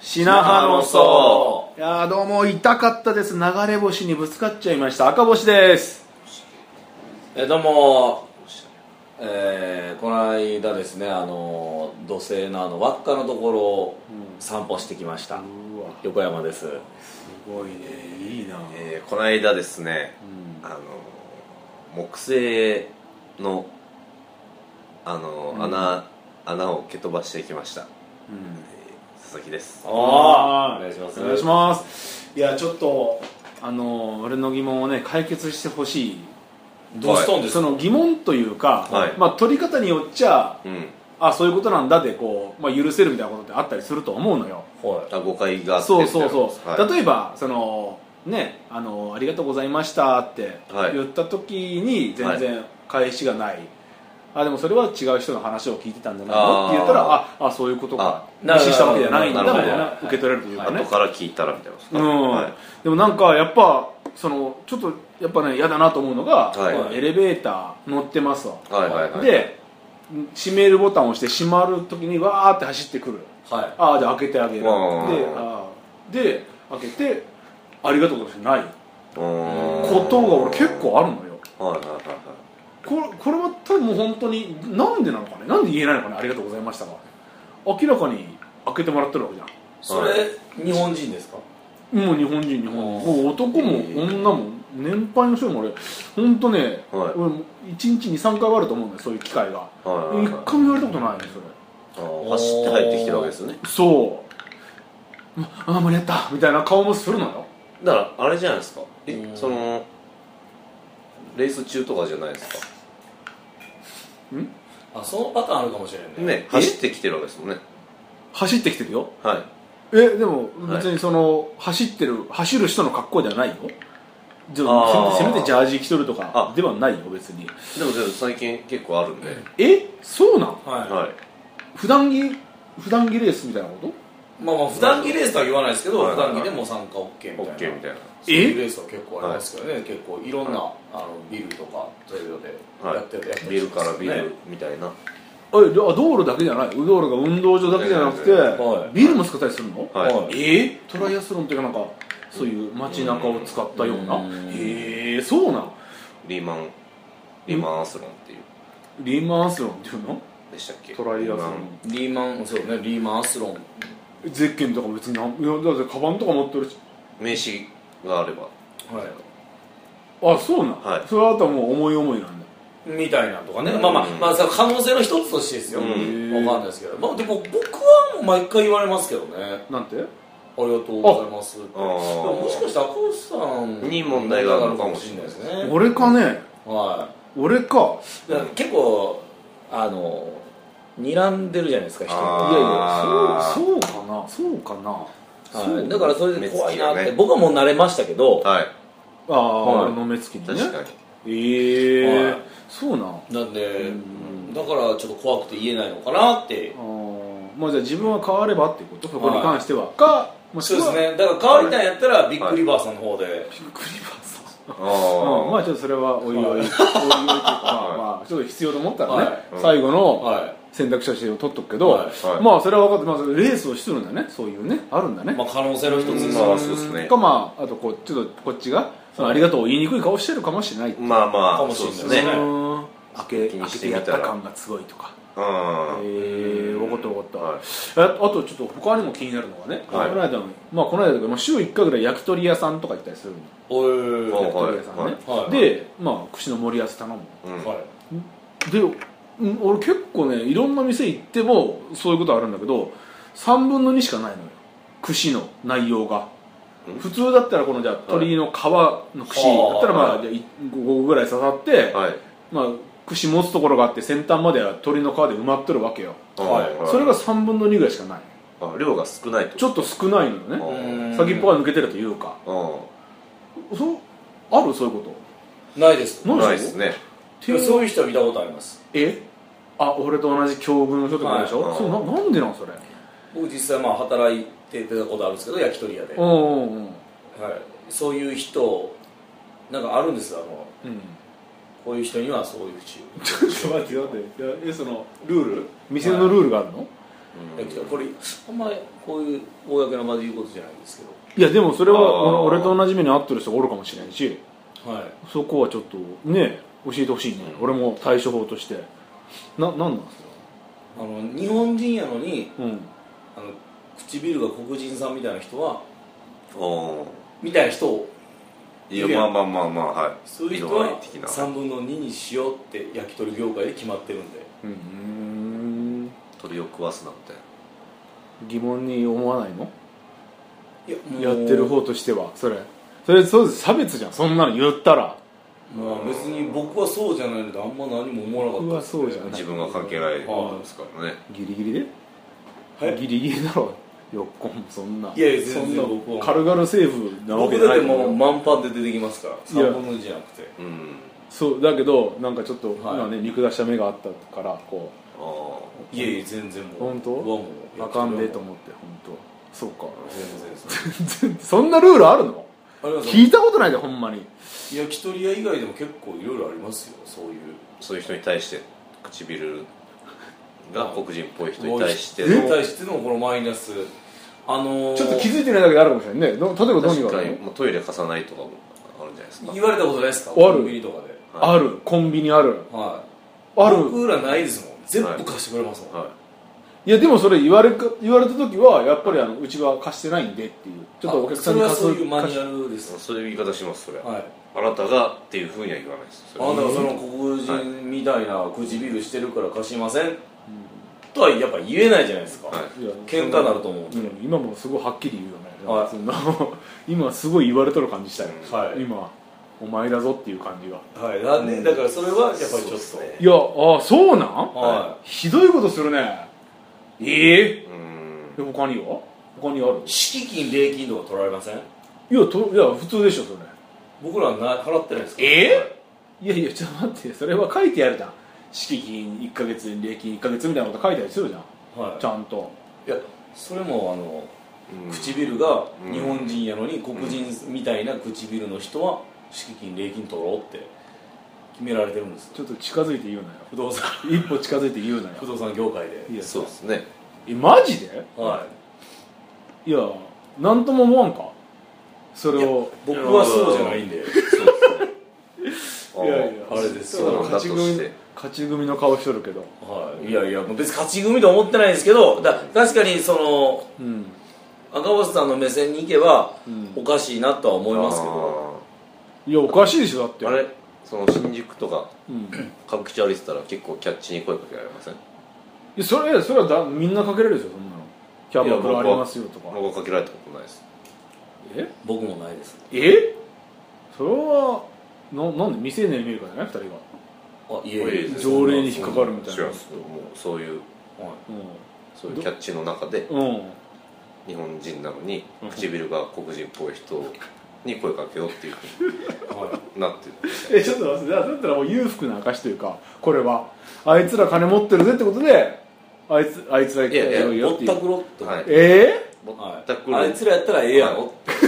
品派の層ういやーどうも痛かったです流れ星にぶつかっちゃいました赤星ですえどうもえー、この間ですねあの土星のあの輪っかのところを散歩してきました、うわ横山ですすごいねいいなえーこの間ですね、うあの木製のあの、うん穴穴を蹴飛ばしてきましたうん佐々木ですあーーお願いしますお願いしますいやちょっとあのー俺の疑問をね解決してほしいどうしたんですそか、の疑問というか、はいまあ取り方によっちゃうんあそういうことなんだでこう、まあ、許せるみたいなことってあったりすると思うのよはいあ誤解があってそうそうそう、みたいなはい例えばそのねあの「ありがとうございました」ってはい言った時に全然返しがない、あでもそれは違う人の話を聞いてたんじゃないのあーって言ったらああそういうことかあな無るほど視したわけじゃないんだみなるほたどいはな受け取れるというかね、後から聞いたらみたいなことですかうんはいでもなんかやっぱそのちょっとやっぱね嫌だなと思うのが、はいエレベーター乗ってますわ、はいはいはいで閉めるボタンを押して閉まる時にわーって走ってくるはいああじゃあ開けてあげるうでんあーで開けてありがとうございますないこことが俺結構あるのよはいはいはいはいこれこれは多分もう本当になんでなのかねなんで言えないのかねありがとうございましたが明らかに開けてもらってるわけじゃんそれ、日本人ですかもう日本人日本人あーもう男も女も年配の人も俺本当ね、はい俺も一日に三回はあると思うんだよそういう機会がはいはい一はい回も言われたことないねそれあー走って入ってきてるわけですよねそうまああ間に合ったみたいな顔もするのよだからあれじゃないですかえうんそのレース中とかじゃないですかあそのパターンあるかもしれないね走ってきてるわけですもんね走ってきてるよはいえでもはい別にその、走ってる走る人の格好ではないよじゃあーせめてジャージ着とるとかあではないよ別にでもでも最近結構あるんで、えそうなんはい、はい普段着普段着レースみたいなことまあまあ普段着レースとは言わないですけど、はいはいはい普段着でも参加 OK みたいな OK みたいなそういうレースは結構ありますけどね、結構いろんな、あのビルとかトレードではやってる、やってい、るビルからビねルみたいな、えであ道路だけじゃない道路が運動場だけじゃなくて、えええはいビルも使ったりするの、はいはいえートライアスロンっていうかなんかそういう街中を使ったようなうんへえそうなんリーマンリーマンアースロンっていうリーマンアスロンっていうのでしたっけトライアスロリーマンリーマンそうねリーマンアスロンゼッケンとか別になんいやだってカバンとか持ってるし名刺があればはいあそうなん、はいそれはあとはもう思い思いなんだみたいなとかね、まあまあうんまあその可能性の一つとしてですよ、うん分かんないですけど、まあ、でも僕はもう毎回言われますけどねあなんてりがとうございますってであももしかして赤星さんに問題があるのかもしれないでですすね俺かねはい俺かだから結構あの睨んでるじゃないですか人いあやいやあーそうそうかなそうかなはいだからそれで怖いなっ目つきて、がね僕はもう慣れましたけど、はいああ、はい俺の目つきにね確かに、ええはいそうなんなんで、だからちょっと怖くて言えないのかなってあーまあじゃあ自分は変わればっていうことそこに関してはかもしそうくですはねだから変わりたいんやったらビッグリバーさんの方で、ビッグリバーさんあうんまああちょっとそれはおいおいおいおいっていうかまあまあちょっと必要と思ったらね、はいうん最後のは選択肢として取っとくけど、はいはいまあそれは分かってますレースをしてるんだねそういうねあるんだねい、まあ、可能性の一つですまよあそうですねかまああとこうちょっとこっちがそのありがとうを言いにくい顔してるかもしれないまあまあかもしれないそうでですすねねうん開け気開にけしててみやったたら感がすごいとかうえんー、分かった分かった、はいえあとちょっと他にも気になるのがね、はいこの間のまあこの間だけどまあ週1回ぐらい焼き鳥屋さんとか行ったりするのおいあ焼きは鳥い屋さんね、はいはいでまあ串の盛り合わせ頼むうんはいでうん俺結構ねいろんな店行ってもそういうことあるんだけど3分の2しかないのよ串の内容がうん普通だったらこのじゃあ鳥の皮の串はあだったらまはあいじゃあい5個ぐらい刺さって、はいまあ串持つところがあって先端までは鳥の皮で埋まっとるわけよはいうんそれが3分の2ぐらいしかないあ量が少ないってちょっと少ないのよねこうん先っぽが抜けてるというかとそうあるそういうこないですうなんいないですねいやそういう人は見たことありますとえあ俺と同じ境遇の人とかでしょ、はいそうななんでなんそれ僕実際まあ働いてたことあるんですけど焼き鳥屋で、うはい、んうんうんそういう人なんかあるんですよあのうんこういう人にはそういう口ちょっと待って待ってえそのルール店のルールがあるの、できたこれあんまりこういう公の場で言うことじゃないんですけどいやでもそれあーは俺俺と同じ目に遭ってる人がおるかもしれんしはいそこはちょっとね教えてほしいね、俺も対処法としてななんなんですかあの日本人やのにうんあの唇が黒人さんみたいな人はおみたいな人をいやまあまあまあまあはいそういう人色合はい的な3分の2にしようって焼き鳥業界で決まってるんでうん鳥を食わすなみたいな疑問に思わないのいやもうやってる方としてはそれそれそうです差別じゃんそんなの言ったらまあ別に僕はそうじゃないのであんま何も思わなかった僕はそうじゃない自分が関係ないですからねギリギリではいギリギリだろよっこんそんないいやいや全然そんな僕は軽々セーフなわけじ僕ゃだなっいてと思もうう満帆で出てきますからいや3分の1じゃなくてうんそうだけどなんかちょっと、はい今ね見下した目があったからこああいやいや全然もう本当僕はもううあかんでと思って本当そうか全然です そんなルールあるの あります聞いたことないでほんまに焼き鳥屋以外でも結構いろいろありますよそういうそういう人に対して唇が黒人っぽい人に対して人にの対してのこのマイナスあのー、ちょっと気づいてないだけであるかもしれないねど例えばどうに確かかあにるもうトイレ貸さないとかもあるんじゃないですか言われたことないですかあるコンビニとかでのあるコンビニあるはいある僕らないですもん全部貸してくれますもん、はいやでもそれ言われか言われた時はやっぱりあのうちは貸してないんでっていうちょっとお客さんにあ貸すそれはそういうマニュ貸しアルですいそういう言い方しますそれは、はいあなたがっていうふうには言わないですそれあはなたがその黒人みたいな唇してるから貸しません、とはやっぱ言えないじゃないですか、はいいや喧嘩になると思うんで、うん今もすごいはっきり言うよね、はいそんな 今すごい言われとる感じしたよ、はい今お前だぞっていう感じがはいなんでだからそれはやっぱりちょっとそうですねいやああそうなんはひどいことするねええうーんで他には他にあるい敷金礼金とか取られませんいやといや普通でしょそれ僕らはな払ってないですかえいやいやちょっと待ってそれは書いてあるじゃん敷金1か月礼金1か月みたいなこと書いてありするじゃんはいちゃんといやそれもあのうん唇がうん日本人やのに黒人みたいな唇の人は敷金礼金取ろうって決められてるんですよちょっと近づいて言うなよ不動 産一歩近づいて言うなよ不動産業界でいやそうですねえマジではいやなんとも思わんかそいれやを僕はそうじゃないんでそうですねあれですだよからそうだと勝ち組して勝ち組の顔しとるけどはい、いやいやもう別に勝ち組とは思ってないんですけどだ確かにそのうん赤星さんの目線に行けば、うんおかしいなとは思いますけどいやおかしいでしょだってあーあれその新宿とかうん歌舞伎町歩いてたら結構キャッチに声かけられませんいやそれそれはだみんなかけれるでしょそんなのキャバクラありますよとか僕はかけられたことないですえ僕もないですえそれはななんで未成年に見えるからじゃない2人があいえいえいえいえ条例に引っかかるみたい違なうんですけどもうそういうはそういうキャッチの中でうん、うん、日本人なのにうん唇が黒人っぽい人に声かけようっていうふい、はうになってるえちょっと待ってだだったらもう裕福な証というかこれはあいつら金持ってるぜってことであいつあいつら行っていやいやよいい、よぼっっていたうくろって、はいえーぼっはたくい、ろあいつらやったらええやろって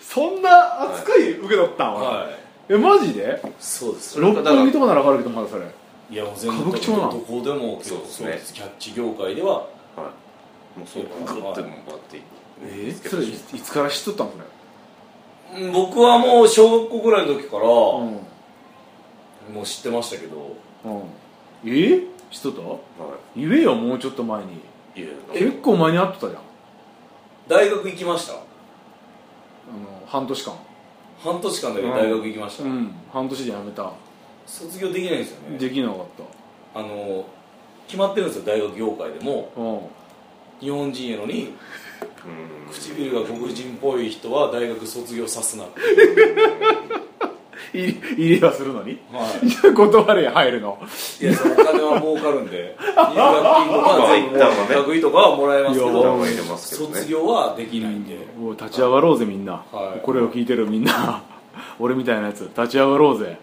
そんな扱い受け取ったん、はえマジでい、そうですれは六だから本木とかなら分かるけどまだそれいやもう全歌舞伎町なのどこでもそうですねキャッチ業界でははいもうそうグッてもらっていいえーそれいいつから知っとったんそれうん僕はもう小学校ぐらいの時から、うんもう知ってましたけどうんえー、知っとったは言えよもうちょっと前にいいや結構前に会っとったじゃん大学行きましたあの半年間半年間だけ大学行きました、うん半年で辞めた卒業できないんですよねできなかっあの決まってるんですよ大学業界でもたうん日本人やのにうん唇が黒人っぽい人は大学卒業さすなって、入れ入れはするのにはいじゃあ断れ入るのいやそのお金は儲かるん で入学金とかは全部まあ一旦はね学費とかはもらえますけいやど入れますけどね卒業はできないんで、もう立ち上がろうぜみんな、はいこれを聞いてるみんな 俺みたいなやつ立ち上がろうぜ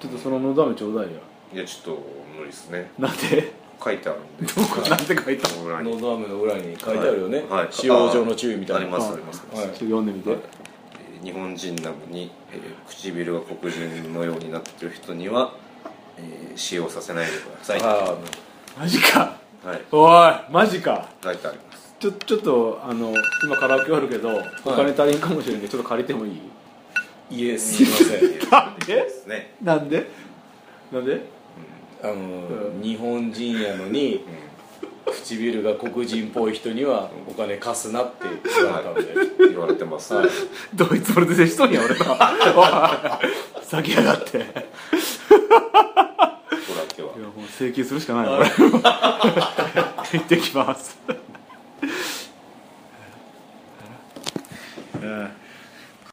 ちょっとそののだめちょうだいよいやちょっと無理ですねなんで書いてあるん でどこなんて書いたのこの裏にノードアームの裏に書いてあるよね、はいはい使用上の注意みたいなありますあります、はちいょっと読んでみて、えー日本人なのに、えー唇が黒人のようになってる人には、えー使用させないでください、あはマジかいはいおいマジか書いてありますちょちょっとあの今カラオケあるけど、お金足りんかもしれんけどちょっと借りてもいいいえすいませんなんでですねなんでなんであの、うん日本人やのに唇が黒人っぽい人にはお金貸すなって言われたんでうん言われてますはいドイツプロで接しとんや俺とおい 先やがっていやこれだけは もう請求するしかないな俺行ってきます